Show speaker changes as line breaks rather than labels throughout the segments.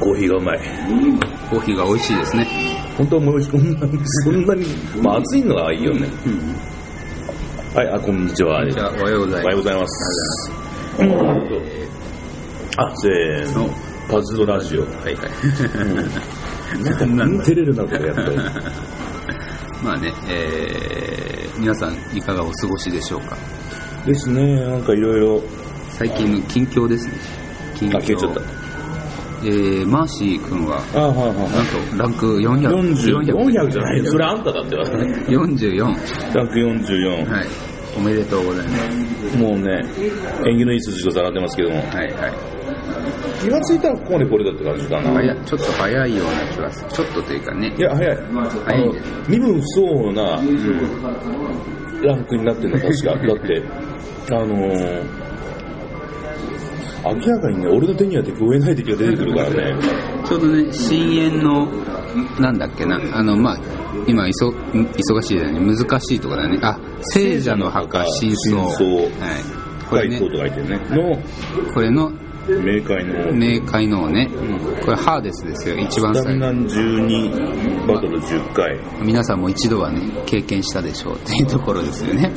コーヒーがうまい
コーヒーが美味しいですね。
本当はもうそんなそんなに、まあ、暑いのがいいよね、はいあこんにちは
じゃあ、おはようござ
お
い
はよう
ま
ございますあせーのパズドラジオ
す。はいは
なんかうん照れるなこれやっぱり
い。まあね、えー、皆さんいかがお過ごしでしょうか。
ですねなんかいろいろ
最近の近況ですね。近
あ消えちゃった
えー、マーシー君は、
あはいはいは
なんとランク400。
40 400じゃない
で
それあんただってわ
44。
144、
はい。おめでとうございます。
もうね縁起のいい数字が並んでますけども
はいはい。
気がついたらここまでこれだって感じかな
早ちょっと早いような気がする。ちょっとというかね
い。や早いあ
早い
の
です。
身分不相応なランクになってる の確かだってあのー明らかにね俺の手には手増えない敵が出てくるからね
ちょうどね、深淵の、なんだっけな、あの、まあ、今、いそ、忙しいだね、難しいとかだね。あ、聖者の墓、真相。
真相
はい。こ
深
れ
い
ね
コー、トが入ってるねの
これの、
明快の
冥界の王ね
う、
これハーデスですよ、一番
スタ
最
ミナ
後。
12バトル10回
皆さんも一度はね、経験したでしょうっていうところですよね。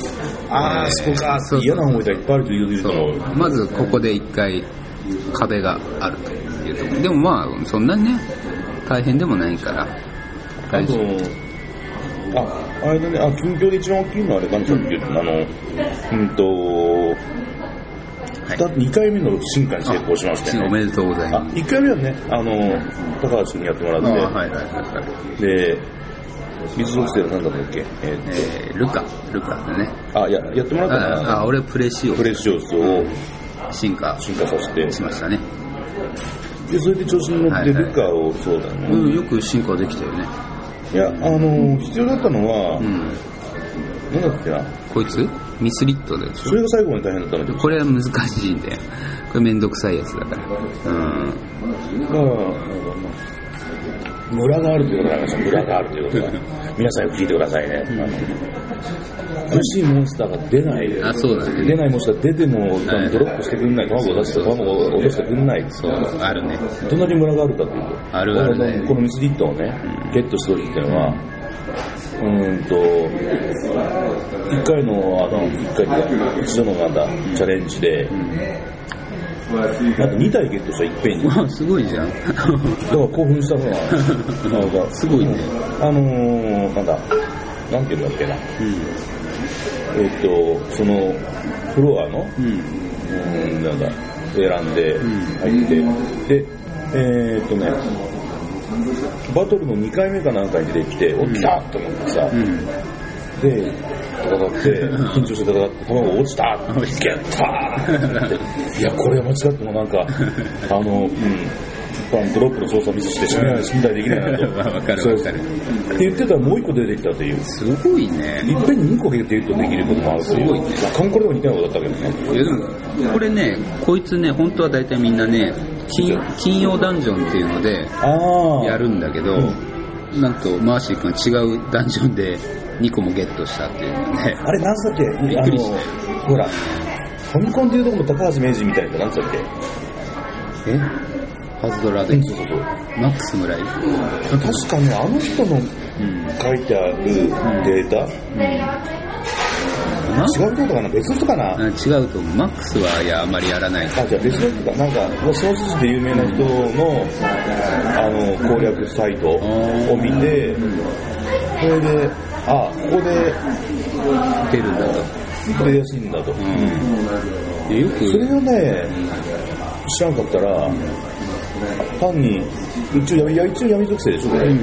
ああそうか嫌な思い出がいっぱいあると言うと
そ
思
う
う
まずここで一回壁があるというところでもまあそんなにね大変でもないから
あ
大
と
丈夫、
あ、あれだね、あ、近況で一番大きいのはあれかな、さっき言ったあの、うんと、
はい
だ2回目の進化に成功しました
お
よね。
めでとうござい
あ、
ます
1回目はね、あの、高橋君にやってもら
あ
って、
はいはいはいはい
で、水属性は何だったっけえー
えールカルカでね
あ、いや、やってもらったか
あ
な
あ俺プレシオ
プレシオスを
進化し
進化させて、
ましたね、
で、それで調子に乗って
はいはい
ルカを、そうだね。
うん、よく進化できたよね
いや、あの、必要だったのは
う、ん
なんだっけな、
こいつミスリットでし
それが最後まで大変だったの
ょこれは難しいんだよこれめんどくさいやつだからうん
だから、ムラがあるということなんですよ、ムラがあるということは。皆さんよく聞いてくださいね。欲しいモンスターが出ない。
あそうだね
出ないモンスター出ても、ドロップしてくんない、卵を出して、卵を落としてくんない。
そうあるね
どんなにムラがあるかというと、
あるあるだよね
このミスリットをね、ゲットした時っていうのは、うーんと、1回の、あの、1回で、一度のなんだ、チャレンジで、なんか2体ゲットした、いっぺんに。
わあすごいじゃん
だから興奮したの は、なんか、
すごいね
あのー、なんだ、なんていうんだっけな、
う
えっと、その、フロアの、
んうん
うん、なんだ、選んで
ん
入って、で、えーっとね、バトルの2回目かなんかに出てきて、おっ、来たと思ってさ、
うん
で、戦って、緊張して戦って、卵落ちたゲッター いや、これは間違ってもなんか、あの、うん、ドロップの操作ミスして、死ねない、信頼できないなと。
わかるわかる
って言ってたらもう一個出てきたという。
すごいね
いっぺんに2個減ってるとできることもあるとい
すごいうね。
韓国でも似たようなことだったけどね。
いやでもこれねこいつね本当は大体みんなね金金曜ダンジョンっていうので
ああ。
やるんだけど、なんとマーシー君は違うダンジョンで2個もゲットしたっていうのね
あれ、なんつったっけ
びっくりしたよ
あのほら、ファミコンでいうとこの高橋名人みたいな、なんつったっけ
えパズドラで
そうそうそう。
マックス村井
確かね、あの人の
うん
書いてあるデータ、
な
違うことかな別の人かな、
あ違うと思うマックスはいやあまりやらない
あ、じゃあ別の人か。なんか、その筋で有名な人の、あの、攻略サイトを見て、それで、あ、ここで
出るんだと
出やすいんだと。
うんよ
それ
く
をね、知らんかったら、単に、一応闇、いや一応闇属性でしょ、これ。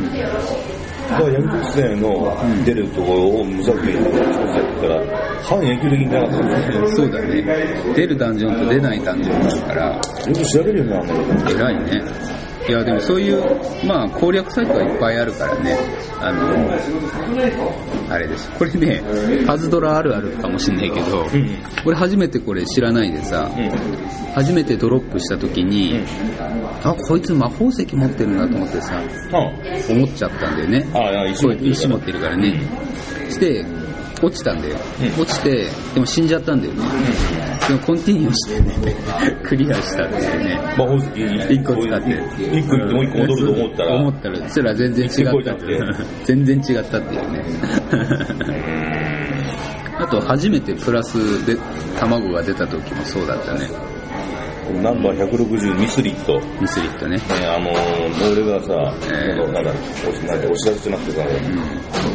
だから闇属性の出るところを無作為に属性って言ったら、半永久的になかったんですよ。
そうだね出るダンジョンと出ないダンジョンがあるから
よく調べるようになるんだけど。
偉いね。いや、でもそういう、まあ、攻略サイトがいっぱいあるからね、あの、あれです。これね、パズドラあるあるかもしんないけど、俺初めてこれ知らないでさ、初めてドロップした時に、あ、こいつ魔法石持ってるなと思ってさ、
うん。
思っちゃったんだよね。
ああ、一
こ
緒
う石持ってるからね。して、落ちたんで、落ちて、でも死んじゃったんだよね。でもコンティニューして ね、クリアしたんですよね。
魔法石
一個使って。
一個行ってもう一個戻ると思ったら。
思ったら、そしたら全然違ったっていう
一個行っ。
全然違ったっていうね。あと、初めてプラスで卵が出た時もそうだったね。
ナンバー160ミスリット。
ミスリットね。
ね、あのー、俺がさ、
ええ
なんか、なんか、押しなんて押し出してなくてさ、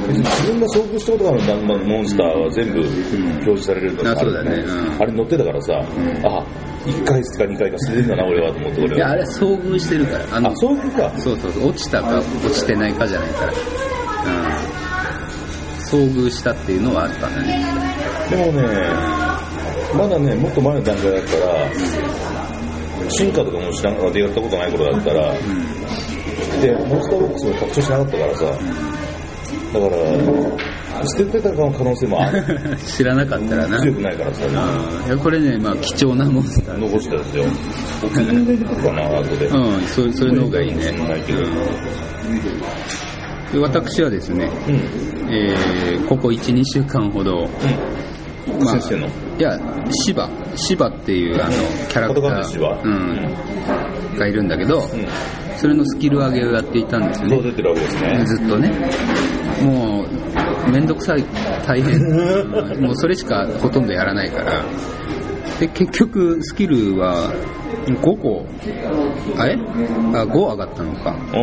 別に自分が遭遇したことがあるナンバーモンスターは全部表示されるとか
あそうだね
あるじゃない
うん
あれ乗ってたからさ、あ、1回か2回か捨ててんだな、俺はと思って、
い
俺
や、あ
は。
れ遭遇してるから。あ
あ、そういうか。
そうそうそう落ちたか落ちてないかじゃないから、うん、遭遇したっていうのはあったんだね
でもね、まだね、もっと前の段階だったら、進化とかも知らんからでやったことない頃だったら、で、モンスターボックスも拡張しなかったからさ、だから、捨ててた可能性もある。
知らなかったらな、う
強くないからさ、
ん、いやこれねまあ貴重なモンスター
残したんですよ。お気に入りでくるかな、後で。
うんそそれの方がいいね、
ないけど
で私はですね、
うん。
えーここ12週間ほど、
うん。先生の。
いや芝芝っていうあのキャラクタ
言葉の芝
ー、うん、がいるんだけど、
うん。
それのスキル上げをやっていたんですよね
そう出てるわけですね。
ずっとね、もう、めんどくさい、大変、もうそれしかほとんどやらないから、で結局、スキルは5個、あれあ ?5 上がったのか。
お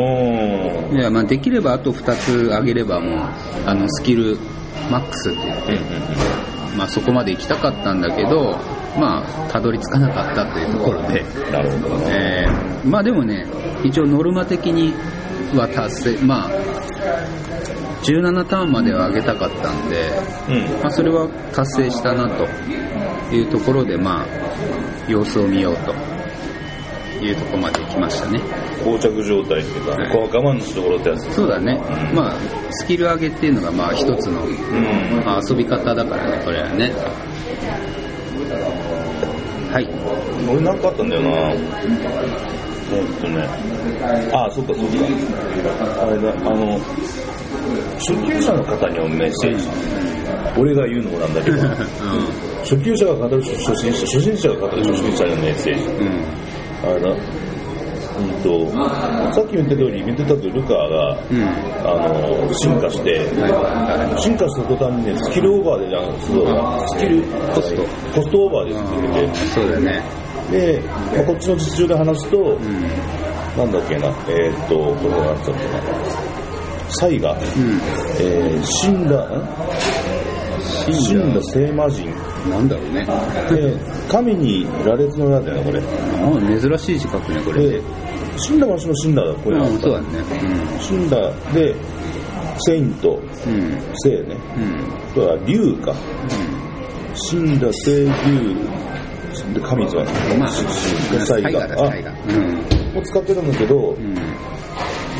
ー。
いやまあできればあと2つ上げれば、もうあのスキルマックスっていう、
うん
まあ、そこまで行きたかったんだけど、まあ、たどり着かなかったというところで。
うんうん。なるほどね。
えーまあでもね、一応ノルマ的には達成、まあ、17ターンまでは上げたかったんで、
うん。
まあ、それは達成したなというところで、まあ、様子を見ようというところまで行きましたね。
膠着状態っていうか、こう我慢のところってやつ。
そうだね、まあ、スキル上げっていうのが、まあ、一つの、
うん。
まあ、遊び方だからね、これはね。 はい。
俺なんかあったんだよなえっとねああそっかそっかあれだあの初級者の方におメッセージ俺が言うのもなん だけど初級者が語る初心者初心者が語る初心者へのメッセージ
うん。
あれだうんとさっきも言った通り見てたとルカが、
うん。
あの進化して進化した途端にねスキルオーバーでじゃんそうスキル
コスト
コストオーバーで
う
すって
ん
て
そうだね。
で、まあ、こっちの実情で話すと、
うん。
なんだっけな、えーっと、これがあったっけな、サイが、
うん。
えー、死んだ、ん死んだ聖魔人。
なんだろうね。
で、神に羅列のなんだよね、これ。
あ珍しい字書くね、これ。
で、死んだわしの死んだだ、これ
う
は。
ん、そうだね。
死んだ、で、セイント、
うん。うん。
聖ね。
うん。
あとは竜か。死んだ聖竜、神様
まあ、
サイ
大
が
河だ、。大河。うん。
あ、もう使ってるんだけど
う、ん。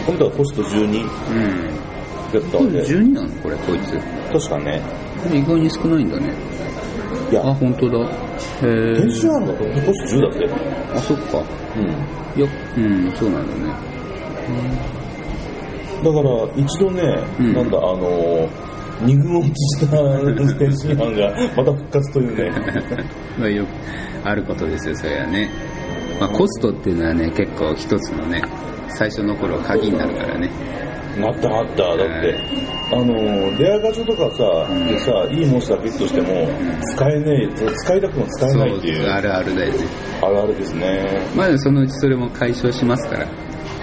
今度はコスト12
うん。
だったんで、
12なのこれ、こいつ。
確かね。
意外に少ないんだね。
いや
あ、、本当だ。へ
編
え。
集あるのコスト10だって。
あ、そっか。
うん。
いや、うん、そうなんだね。
だから一度ね、
うん
なんだあのー二軍落ちした天津飯が また復活というね
まあ、よくあることですよ、それはね。まあ、コストっていうのはね、結構一つのね、最初の頃鍵になるからね。
なったなっただって、あのーレアガチャとかさ、でさいいモンスターゲットしても使えねえ使いたくても使えないっていう
あるあるだよね。
あるあるですね
まあ、そのうちそれも解消しますから、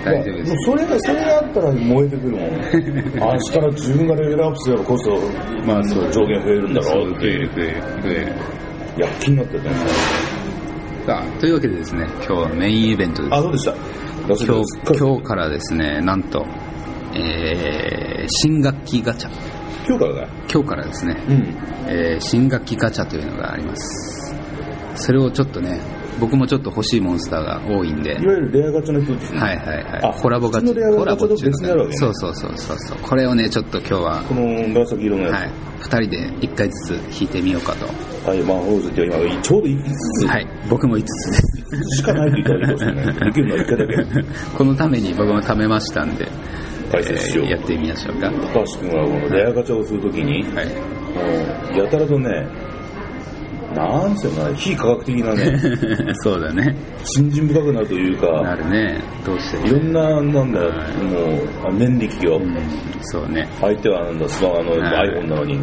大丈夫で
い
す
や。もうそれがそれがあったら燃えて くるもんあしたら自分がレベルアップすればこそ
まあそう
上限増えるんだ
そ
ろう
う
っ
増
て
え
い
る
う
増える増える
躍起になってたよね
さあというわけでですね今日はメインイベントです
あそうでした
今
今
日今日からですねなんとえー、新学期ガチャ
今日からだよ
今日からですね、
うん
えー新学期ガチャというのがありますそれをちょっとね僕もちょっと欲しいモンスターが多いんで
いわゆるレアガチャの人ですね
はいはいは
あ
いコラボガチ
普通のレアガチ
ャ
ャ
コラボっていう
と
の
別にあるわけね
そうそうそうそうそうこれをねちょっと今日は
この紫色のやつ、
はい2人で1回ずつ引いてみようかと
はい、魔法図って今、ちょうど5つ
はい僕も5つです
しかないといけないですよね。できるのは1回だ
このために僕も貯めましたんで、
解説しよう
えーやってみましょうか。は
け。高橋君はこのレアガチャをするときに、
い。
やたらとね、なんですよね、非科学的なね、
そうだね。
信心深くなるという
な
か、
るね。どうして
いろんな、なんだろう
は
も
い、
う、念力を
う、ん、そうね。
相手はなんだ、スマホの
はい
iPhone なのに。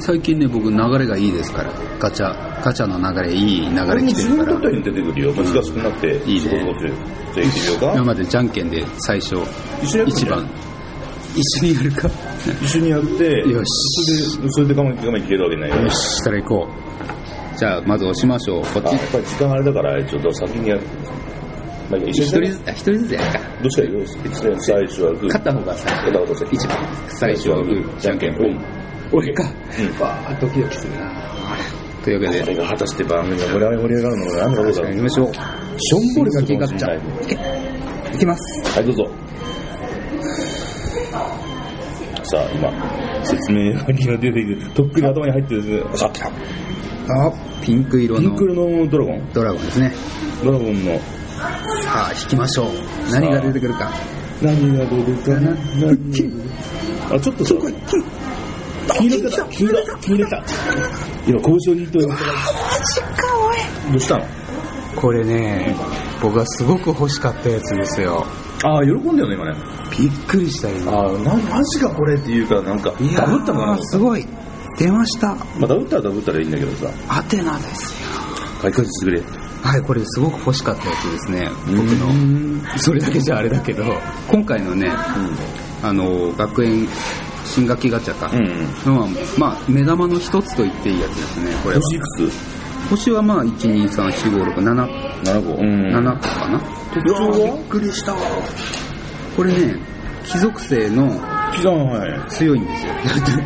最近ね、僕流れがいいですから。ガチャ、ガチャの流れ、いい流
あれ
れ
も
来て
自
る
分
か
だ
ら
った。に出てくるよ。難しくなって、
いいね
そこそこ強いじゃあ行ってみよう
今
か。
までじゃんけんで最初、
一緒にやってみ
一
る
番。一緒にやるか。
一緒にやって、
よし
それで、それで我慢、我慢いけるわけないよ
よ
ね。
し、したら行こう。じゃあ、まず押しましょう。こっ
あ
ち
や。っぱり時間あれだから、ちょっと先にやる。まあ、一
一
緒
人
にや
ず
る
つ、あ一人ずつやるか。
どっちかやる最初はグー。
勝った方がさ、
片方と
一番。最初はグー、じゃんけんぽん。俺か。わあ、ドキドキするな。というわけ
これ
で、
が果たして番組が盛り上がる盛り上がるのか何だろうだろ
や
う
りましょう。
ションボル
先
が
ガッチャ。いきます。
はい、どうぞ。さあ、今、説明書きが出ている、とっくに頭に入ってる。あ、
あ、ピンク色
ピン
の
ク色のドラゴン。
ドラゴンですね。
ドラゴンの、
さあ、引きましょう。何が出てくるか。
何が出てくるかなあ、ちょっとさ、黄色だった、黄色だった、黄色だった。今、交渉に行っておりますどうしたの
これね、僕がすごく欲しかったやつですよ。
ああ、喜んだよね、今ね。
びっくりした今。
ああ、な、マジかこれっていうか、なんか、ダブ
いやー
ったのかなと思った
すごい。出ました。
まあ、ダブったらダブったらいいんだけどさ、
アテナですよ。
買い返してくれ。
はい、これすごく欲しかったやつですね。僕
う
の。
ん
それだけじゃあれだけど、今回のね、あの、学園新学期ガチャか。
うん。
のはまあ、目玉の一つと言っていいやつですね、これは。
星いくつ
星はまあ、1、2、3、4、5、6、7、
?7 個。うん
7個かな。
特徴は
びっくりしたわ。これね、貴族性の
刻まない。
強いんですよ。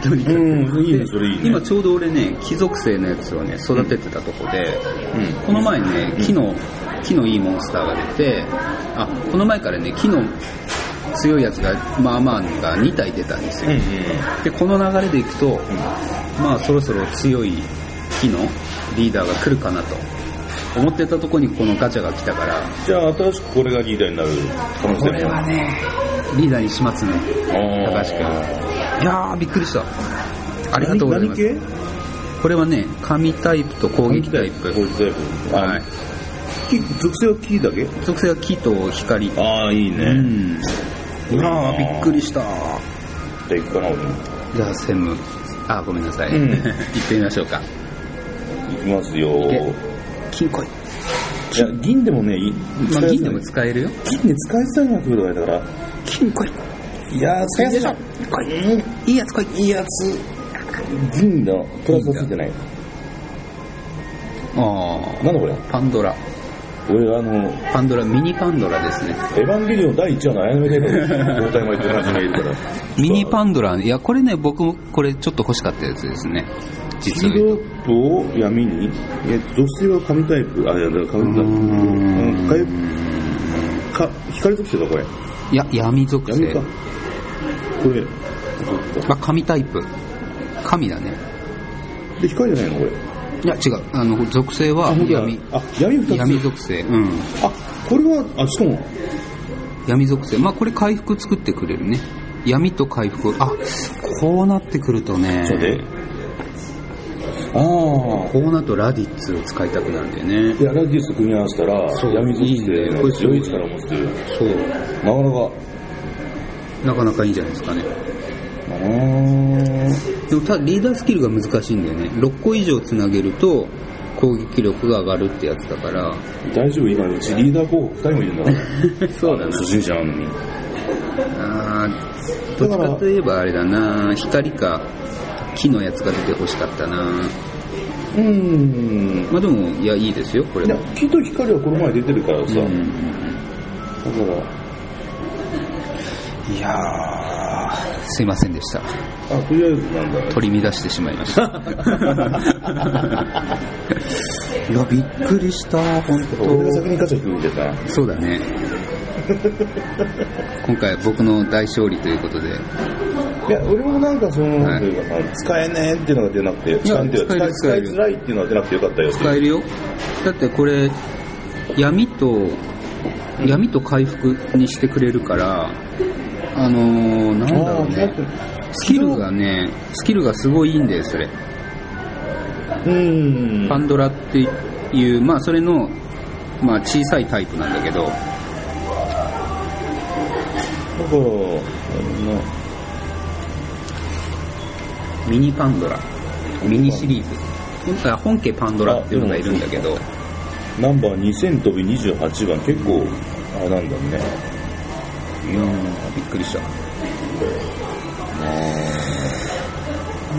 とにか く
うんいいねそれいいね
今ちょうど俺ね、貴族性のやつをね、育ててたとこで、
うん。
この前ね、木の、木のいいモンスターが出て、あ、この前からね、木の強いやつが、まあまあが2体出たんですよ。で、この流れでいくと、まあそろそろ強い木のリーダーが来るかなと思ってたとこにこのガチャが来たから、
じゃあ、新しくこれがリーダーになる可能性も。
これはね、リーダーにしますね、
あー
高橋君。いやー、びっくりした。ありがとうございます。
何系
これはね、神タイプと攻撃タイプ。
攻撃タイプ。
はい。。
木属性は木だけ
属性は木と光。
ああ、いいうね。
ん。
うん
あー、びっくりした。
じゃあ、行くかな、俺も。
じゃあ、専務。あー、ごめんなさい。
うん
行ってみましょうか。
行きますよ。
け金庫。
いや、銀でもね、い
まあ、銀でも
使
使えるよ。
え銀で使いづらいなってことがあるから。
金庫。
いやー、使いづらい。
来い。いいやつ来い。いいやつ。
銀のプラスはついてない。
あー
なんだこれ
パンドラ。
俺、あの、
パンドラ、ミニパンドラですね。
エヴァンゲリオン第1話のあやめでの状態まで出始めるから。
ミニパンドラ、いや、これね、僕もこれちょっと欲しかったやつですね。実
黄
を言うと。
色と闇に、え、属性は紙タイプ、あ、いや、紙タイプ。うん、かゆか、光属性だ、これ。
いや、闇属
闇
性
か。。これ。
まあ、神タイプ。神だね。
で、光じゃないの、これ。
いや、違う。あの、属性は
本当だ
闇。
あ、闇二つ。
闇属性。うん。
あ、これは、あ、しかも、
闇属性。まあ、これ回復作ってくれるね。闇と回復。あ、こうなってくると
ちょっと待っ
ね
て。あ
こうなるとラディッツを使いたくなるんだよね
あ。い。や、ラディウスと組み合わせた
そ
ら、
う
闇属
いい
性
ね
の
これ
強い力を持つという。
そう。
なかなか、
なかなかいいんじゃないですかね。
うーん。
でもただリーダースキルが難しいんだよね。6個以上つなげると攻撃力が上がるってやつだから。
大丈夫今うちリーダー候補2人もいるんだから
そうだな
初心者なのに
あーどっちかといえばあれだな光か木のやつが出てほしかったな
うん
まあでも、いや、いいですよ、これ
いや
は。
木と光はこの前出てるからさ、
う
だ
ん
から
いやーすいませんでした。
あとりあえずなんだ
取り乱してしまいました。 いや、びっくりした、本
俺が先に勝ちゃってみてさ
当。そうだね。今回僕の大勝利ということで。
いや俺もなんかその、
はい
というかさ使えねえっていうのが出なくて使えねえっていうか
使
使
え
い
る
づらいっていうのが出なくてよかったよ
使えるよ。だってこれ、闇と、闇と回復にしてくれるから、あのー、なんだろうね。スキルがね、スキルがすごいいいんだよ、それ。
うん
パンドラっていう、まあそれの、まあ小さいタイプなんだけど、
なんか、あの
ミニパンドラ。ミニシリーズ。本当は本家パンドラっていうのがいるんだけど、
ナンバー2000飛び28番、結構、あれなんだね。
いやーびっくりした。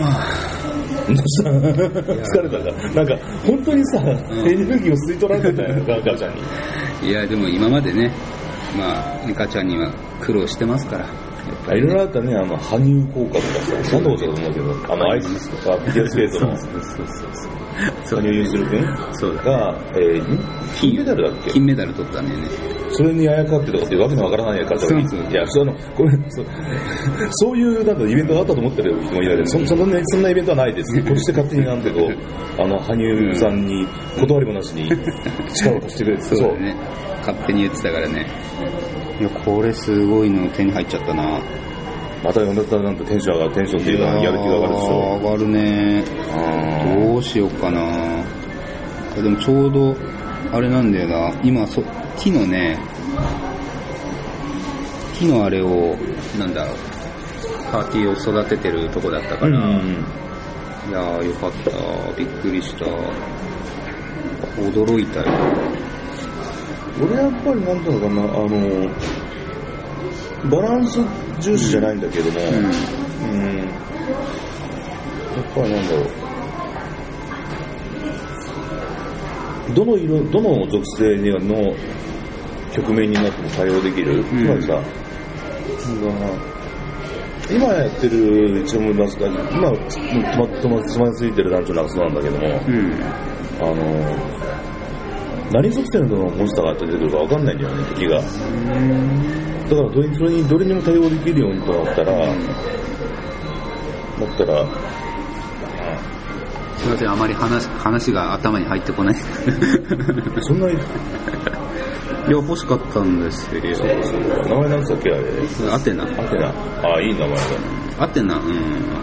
まあ、
どうした 疲れたかなんか、本当にさ、エネルギーを吸い取られてたよ、 ガチャに。
いや、でも今までね、まあ、リカちゃんには苦労してますから、やっぱ
い
り、
ろい
ね。
ろあったね、あの、羽生効果とかさ、なんだことだと思うけど、あの、アイスとか、フィギュアスケートの、
そうそうそうそう。
羽生結弦君
そうだ。
が、えーん金メダルだっけ
金メダル取ったんだよね。
それにあやかってとかってわけのわからないから、
そうそう
いや、その、これ、そう、そういう、なんかイベントがあったと思ってる人もいるけど、そそのね、そんなイベントはないです。こっちで勝手になんだけど、あの、羽生さんに断りもなしに力を貸してくれて、
そうだね。勝手に言ってたからね。いや、これすごいの手に入っちゃったな。
また呼んだったらなんかテンション上がる、テンションっていうか、やる気が上がるでしょ。
上がるね。どうしようかな。あでもちょうど、あれなんだよな。今、そ木のね、木のあれを、なんだろう、パーティーを育ててるとこだったから、いやーよかった。びっくりした。驚いたよ。
俺はやっぱりなんだろうかな、あの、バランス重視じゃないんだけども、
うん。
うんやっぱりなんだろう。どの色、どの属性にはの局面になっても対応できる。
ん
つまりさ、なんだろうな今やってる、一応もなんか、今、つま、つま、つまついてる団長なんかそうなんだけども、
うん。
あの、何属性のモンスターが出てくるかわかんないんだよね、敵が。だからどれそれにどれにも対応できるようにとなったら、だったら、
すいません、あまり話、話が頭に入ってこない。
そんなに、
いや、欲しかったんですよ。
名前なんつったっけあれ。
アテナ。
アテナ。ああ、いい名前だ。
アテナ、うん、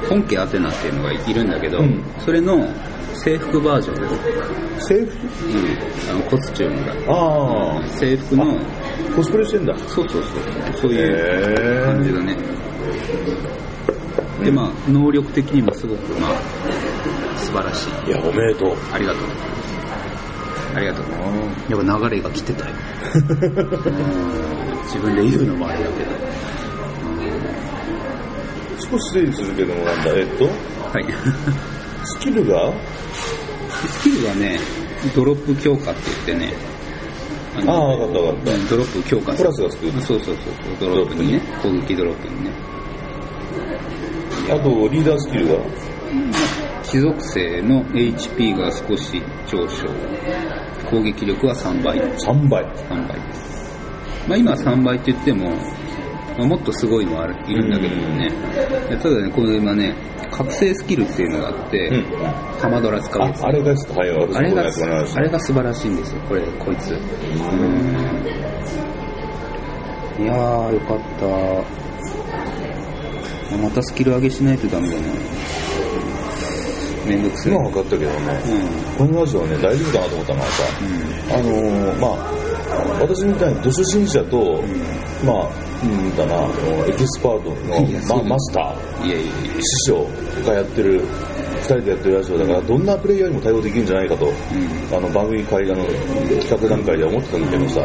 本家アテナっていうのがいるんだけど、
うん
それの制服バージョンです。
制服
うん、あのコスチュームが。
あ
制服の、
あ、コスプレしてんだ。
そうそうそう、そういう感じ
え。
だね。で、まあ、能力的にもすごく、まあ、素晴らしい。
いや、おめでとう。
ありがとう。ありがとう。やっぱ流れが来てたよ。うん自分で言うのもあれだけど。
少し整理するけども、なんだ、えっと、
はい。
スキルが、
スキルはね、ドロップ強化って言ってね、あ
ああ、わかったわかった。
ドロップ強化
プラスがつく。
そうそうそうそう、ドロップにね、攻撃ドロップにね。
あと、リーダースキルが、
貴族性の HP が少し上昇。攻撃力は3倍。
3倍。
3倍です。まあ今は3倍って言っても、まあもっとすごいのはあるいるんだけどもね。いやただね、この今ね、覚醒スキルっていうのがあって、
うん
玉ドラ使うやつ
あ、あれがちょっと早いわ。
あれが、
私もお願いし
あれが素晴らしいんですよ、これ、こいつ。いやー、よかった。またスキル上げしないとダメだな。めんどく
ます
せえ。
今分かったけどね。
う
このラジオはね、大丈夫かなと思ったのはさ、あのーまあ、私みたいにド初心者と、まあ、うんだな、あのエキスパート
いや
の、
そう
まあ、マスター、
ん。いやいやいや。
師匠がやってる、二人でやってるラジオだから、どんなプレイヤーにも対応できるんじゃないかと、あの番組会談の企画段階では思ってたんだけどさ、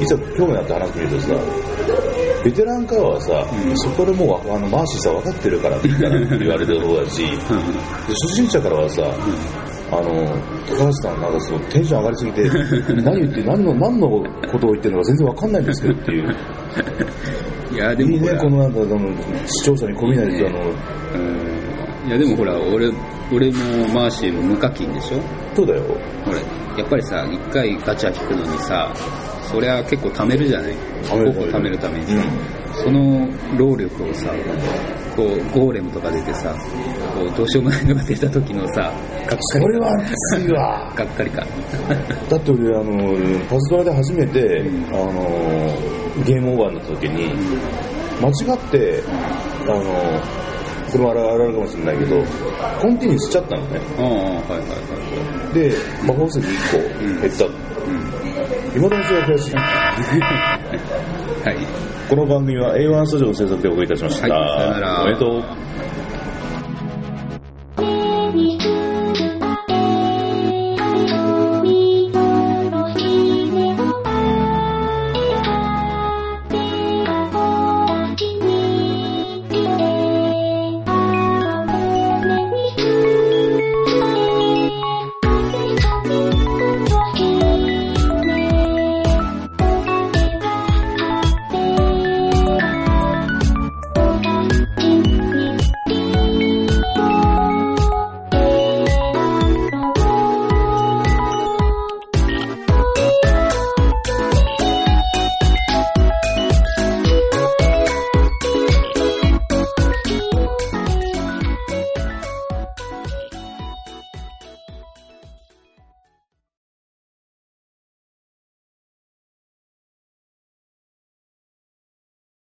いざ興味あって話してみるとさ、ベテランからはさ、そこでもうわあのマーシーさん分かってるからって言ったらって言われてる方だし、
うん。
で初心者からはさ、あの高橋さんなんかそのテンション上がりすぎて 何言って何の何のことを言ってるのか全然わかんないんですけどっていう
いや、で
いい
もほ
ね
ら、
このなんかあの視聴者に込みないで
いいね
あの
うん。いや、でもほら、俺、俺もマーシーも無課金でしょ
そうだよ
ほら、やっぱりさ、一回ガチャ引くのにさ、そりゃ結構貯めるじゃない
貯める
5個貯めるためにさ。
う
その労力をさ、こう、ゴーレムとか出てさ、こう、どうしようもないのが出た時のさ、がっか
ん
り
これは熱いわ
か。がっかりか。
だって俺あのパズドラで初めて、
うん
あのゲームオーバーになった時に間違ってあのこれもあるあるあるかもしれないけど、コンティニューしちゃったのね。
ああ、はいはいは
で、魔法石1個減った。今のうちは悔しい。
い。はい。
この番組は A1 スタジオの制作でお送りいたしました。
はいさよなら
おめでとう。